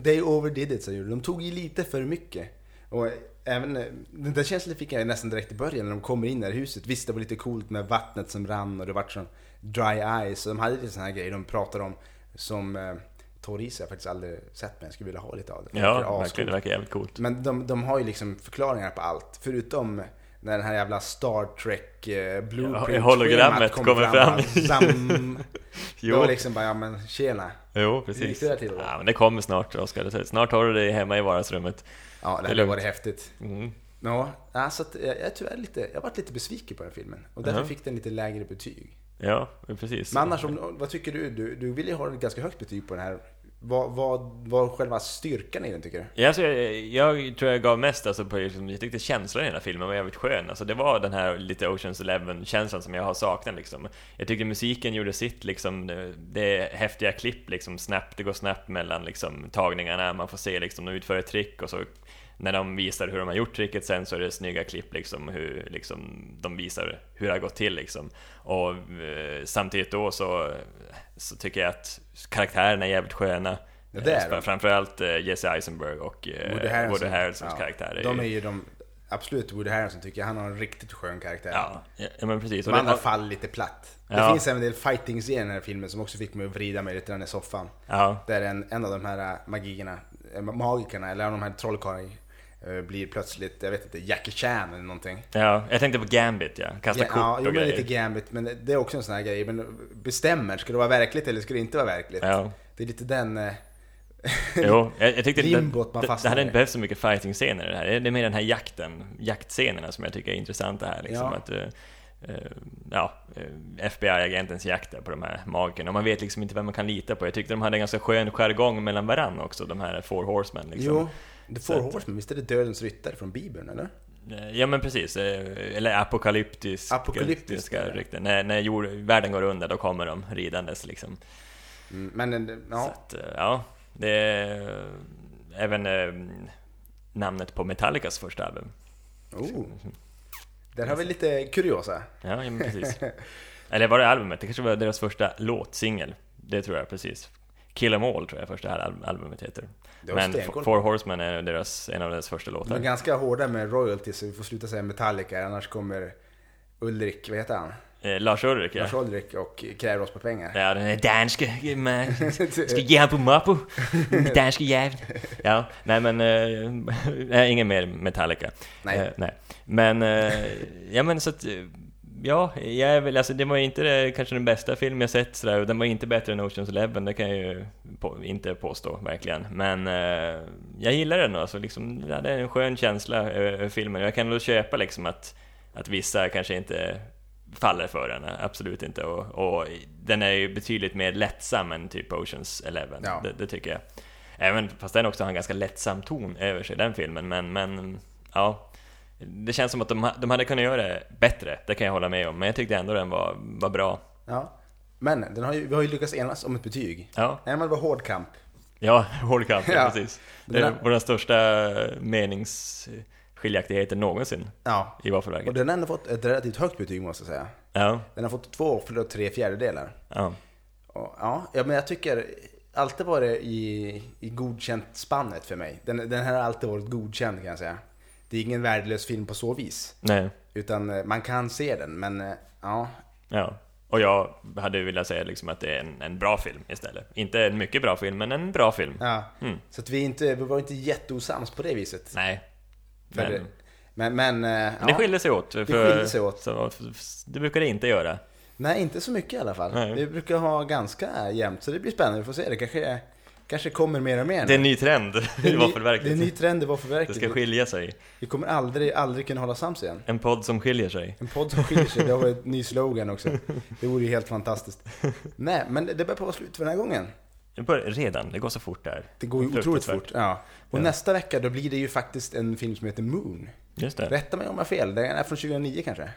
[SPEAKER 1] They overdid it, säger du. De tog i lite för mycket. Och även, eh, den där känslan fick jag nästan direkt i början när de kommer in i det här huset. Visst, det var lite coolt med vattnet som rann och det vart sån dry eyes. Och de hade lite såna här grejer de pratade om som eh, torris har jag faktiskt aldrig sett men jag skulle vilja ha lite av det. Det är
[SPEAKER 2] Ja,
[SPEAKER 1] ascoolt.
[SPEAKER 2] verkligen, det verkar jävligt coolt.
[SPEAKER 1] Men de, de har ju liksom förklaringar på allt. Förutom när den här jävla Star Trek eh, blueprint
[SPEAKER 2] Ja, hologrammet kommer fram.
[SPEAKER 1] Zam. Det
[SPEAKER 2] Jo,
[SPEAKER 1] var liksom bara, ja men tjena.
[SPEAKER 2] jo
[SPEAKER 1] gick
[SPEAKER 2] precis.
[SPEAKER 1] det där till då?
[SPEAKER 2] Ja, men det kommer snart, Oskar. Snart har du det hemma i vardagsrummet.
[SPEAKER 1] Ja, det
[SPEAKER 2] Det är
[SPEAKER 1] hade
[SPEAKER 2] lugnt.
[SPEAKER 1] varit häftigt.
[SPEAKER 2] Mm.
[SPEAKER 1] Ja, ja, så att eh, jag, jag, är tyvärr lite, jag varit lite besviken på den filmen. Och därför
[SPEAKER 2] Mhm.
[SPEAKER 1] fick den lite lägre betyg.
[SPEAKER 2] Ja, precis.
[SPEAKER 1] Men annars, om, vad tycker du? Du, du vill ju ha ett ganska högt betyg på den här. Vad, vad, vad själva styrkan i den tycker du?
[SPEAKER 2] Ja, alltså, jag, jag tror jag gav mest alltså, på liksom, jag tyckte känslan i hela filmen var jävligt skön. Alltså, det var den här lite Oceans Eleven-känslan som jag har saknat. Liksom. Jag tyckte musiken gjorde sitt, liksom, det, det är häftiga klipp, liksom, snabbt, det går snabbt mellan liksom, tagningarna, man får se liksom, de utför ett trick och så när de visar hur de har gjort tricket sen så är det snygga klipp liksom hur liksom, de visar hur det har gått till liksom. Och eh, samtidigt då så, så tycker jag att karaktärerna är jävligt sköna.
[SPEAKER 1] Ja, det är
[SPEAKER 2] Eh,
[SPEAKER 1] de.
[SPEAKER 2] Framförallt eh, Jesse Eisenberg och eh,
[SPEAKER 1] Woody
[SPEAKER 2] Woody,
[SPEAKER 1] Harrelson.
[SPEAKER 2] Harrelsons
[SPEAKER 1] Ja.
[SPEAKER 2] karaktär.
[SPEAKER 1] De är
[SPEAKER 2] ju...
[SPEAKER 1] ju de, absolut Woody Harrelson tycker jag. Han har en riktigt skön karaktär.
[SPEAKER 2] Ja, ja, men precis. Och
[SPEAKER 1] De andra
[SPEAKER 2] det,
[SPEAKER 1] fall lite platt. Det
[SPEAKER 2] Ja.
[SPEAKER 1] finns även en del fighting-scener i den här filmen som också fick mig att vrida mig lite grann i soffan.
[SPEAKER 2] ja,
[SPEAKER 1] Där en, en av de här äh, magierna, äh, magikerna, eller en av de här trollkarlarna äh, blir plötsligt, jag vet inte, Jackie Chan eller någonting.
[SPEAKER 2] ja, jag tänkte på Gambit ja, kasta
[SPEAKER 1] Ja,
[SPEAKER 2] kort
[SPEAKER 1] ja, jo,
[SPEAKER 2] och
[SPEAKER 1] men
[SPEAKER 2] grejer.
[SPEAKER 1] lite gambit, men det- det är också en sån här grej. Men bestämmer, ska det vara verkligt eller ska det inte vara verkligt?
[SPEAKER 2] Ja.
[SPEAKER 1] Det är lite den... äh,
[SPEAKER 2] Jo, liksom. jag, jag tyckte det,
[SPEAKER 1] Limbot man
[SPEAKER 2] det, det
[SPEAKER 1] fastnar
[SPEAKER 2] hade
[SPEAKER 1] i.
[SPEAKER 2] inte behövts så mycket fighting-scener i det här. Det är mer den här jakten, jaktscenerna som jag tycker är intressanta här. Liksom,
[SPEAKER 1] Ja.
[SPEAKER 2] att, eh, eh, ja, eh, FBI-agentens jakt där på de här magikerna. Och man vet liksom inte vem man kan lita på. Jag tyckte de hade en ganska skön jargong mellan varann också, de här Four Horsemen. Liksom.
[SPEAKER 1] Jo, The Four
[SPEAKER 2] Så att-
[SPEAKER 1] Horsemen, visst är det Dödens ryttare från Bibeln eller?
[SPEAKER 2] Eh, Ja men precis, eh, eller
[SPEAKER 1] Apokalyptisk,
[SPEAKER 2] apokalyptisk apokalyptiska
[SPEAKER 1] ja.
[SPEAKER 2] rykten. När, när jord, världen går under då kommer de ridandes liksom.
[SPEAKER 1] Mm, Men eh,
[SPEAKER 2] Så
[SPEAKER 1] ja,
[SPEAKER 2] att, eh, ja, det är eh, även eh, namnet på Metallicas första album.
[SPEAKER 1] oh. Där har vi lite kuriosa.
[SPEAKER 2] Ja, ja men precis. eller var det albumet? Det kanske var deras första låtsingel. Det tror jag precis. Kill 'em all tror jag första här al- albumet heter.
[SPEAKER 1] Det var
[SPEAKER 2] Men
[SPEAKER 1] stenkoll.
[SPEAKER 2] Four Horsemen är deras, en av deras första
[SPEAKER 1] De är
[SPEAKER 2] låtar.
[SPEAKER 1] ganska hårda med royalties så vi får sluta säga Metallica annars kommer Ulrik, vad heter han?
[SPEAKER 2] Eh, Lars Ulrik ja.
[SPEAKER 1] Lars Ulrik och kräver oss på pengar.
[SPEAKER 2] Ja, den är danske. man. Ska ge han på mappo. Danske jävel. Ja, nej men... eh, nej, ingen mer Metallica.
[SPEAKER 1] Nej.
[SPEAKER 2] Eh, nej. Men, eh, ja men så att... eh, Ja, jag är väl, alltså det var ju inte det, kanske den bästa film jag sett sådär, och den var inte bättre än Oceans Eleven, det kan jag ju på, inte påstå verkligen. Men eh, jag gillar den alltså, liksom, ja, det är en skön känsla ö- över filmen. Jag kan nog köpa liksom att, att vissa kanske inte faller för den, absolut inte. Och, och den är ju betydligt mer lättsam än typ Oceans Eleven,
[SPEAKER 1] Ja.
[SPEAKER 2] det, det tycker jag. Även fast den också har en ganska lättsam ton över sig, den filmen. Men, men ja, det känns som att de, ha- de hade kunnat göra det bättre, det kan jag hålla med om. Men jag tyckte ändå den var, var bra.
[SPEAKER 1] Ja. Men den har ju, vi har ju lyckats enas om ett betyg.
[SPEAKER 2] Ja,
[SPEAKER 1] Nej, men det var hård kamp.
[SPEAKER 2] Ja, Hornkamp,
[SPEAKER 1] Ja.
[SPEAKER 2] ja. precis. Det
[SPEAKER 1] Den
[SPEAKER 2] är
[SPEAKER 1] här-
[SPEAKER 2] vår största meningsskiljaktigheter någonsin
[SPEAKER 1] Ja.
[SPEAKER 2] i
[SPEAKER 1] Och
[SPEAKER 2] Vaffelverket.
[SPEAKER 1] den har ändå fått ett relativt högt betyg måste jag säga.
[SPEAKER 2] Ja,
[SPEAKER 1] Den har fått två och tre fjärdedelar.
[SPEAKER 2] ja.
[SPEAKER 1] Och, ja, ja, men jag tycker alltid var det i, i godkänt spannet för mig. Den, den här har alltid varit godkänd kan jag säga. Det är ingen värdelös film på så vis.
[SPEAKER 2] Nej,
[SPEAKER 1] Utan eh, man kan se den, men eh, ja.
[SPEAKER 2] ja. Och jag hade velat säga liksom att det är en, en bra film istället. Inte en mycket bra film, men en bra film.
[SPEAKER 1] ja.
[SPEAKER 2] Mm.
[SPEAKER 1] Så att vi, inte, vi var inte jätteosams på det viset.
[SPEAKER 2] Nej.
[SPEAKER 1] För
[SPEAKER 2] Men,
[SPEAKER 1] det- men, men eh,
[SPEAKER 2] men det
[SPEAKER 1] ja.
[SPEAKER 2] skiljer sig åt. För,
[SPEAKER 1] skiljer sig åt.
[SPEAKER 2] Så, f- f- det brukar det inte göra.
[SPEAKER 1] Nej, inte så mycket i alla fall.
[SPEAKER 2] Nej.
[SPEAKER 1] Vi brukar ha ganska jämnt, så det blir spännande. Vi får se, det kanske, kanske kommer mer och mer.
[SPEAKER 2] Det är en ny trend
[SPEAKER 1] Det är
[SPEAKER 2] i
[SPEAKER 1] en ny- Det är en ny trend
[SPEAKER 2] Vaffelverket.
[SPEAKER 1] i
[SPEAKER 2] Det ska
[SPEAKER 1] Vaffelverket.
[SPEAKER 2] skilja sig.
[SPEAKER 1] Vi kommer aldrig, aldrig kunna hålla sams igen.
[SPEAKER 2] En podd som skiljer sig.
[SPEAKER 1] En podd som skiljer sig, det har varit en ny slogan också. Det vore ju helt fantastiskt. Nej, men det börjar på att vara slut för den här gången.
[SPEAKER 2] Det börjar redan, det går så fort där.
[SPEAKER 1] Det går ju otroligt
[SPEAKER 2] Fruktansvärt.
[SPEAKER 1] fort. Ja. Och
[SPEAKER 2] Ja.
[SPEAKER 1] nästa vecka då blir det ju faktiskt en film som heter Moon.
[SPEAKER 2] Just det.
[SPEAKER 1] Rätta mig om jag har fel, den är från 2009 kanske?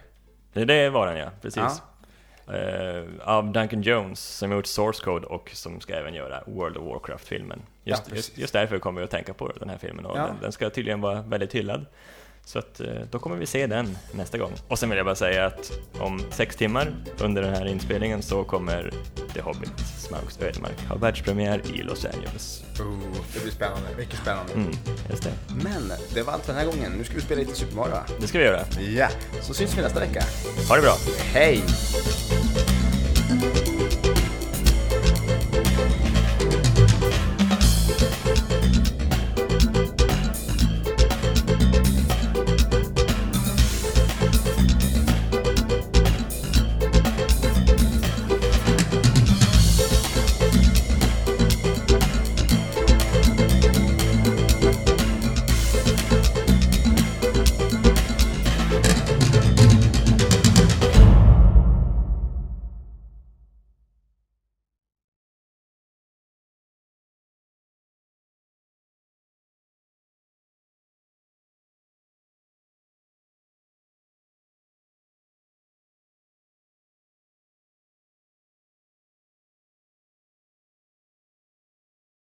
[SPEAKER 2] Det, det var den ja, precis. Eh, av Duncan Jones som har gjort Source Code och som ska även göra World of Warcraft-filmen. Just,
[SPEAKER 1] Ja, precis.
[SPEAKER 2] just, just därför kommer vi att tänka på den här filmen och
[SPEAKER 1] Ja.
[SPEAKER 2] den, den ska tydligen vara väldigt hyllad. Så att, eh, då kommer vi se den nästa gång. Och sen vill jag bara säga att om sex timmar under den här inspelningen så kommer The Hobbit, Smaugs ödemark, ha världspremiär i Los Angeles.
[SPEAKER 1] det blir spännande, mycket spännande.
[SPEAKER 2] Mm, just det.
[SPEAKER 1] Men det var allt för den här gången. Nu ska vi spela lite Super Mario va?
[SPEAKER 2] Det ska vi göra.
[SPEAKER 1] Ja, så syns vi nästa vecka.
[SPEAKER 2] Ha det bra!
[SPEAKER 1] Hej!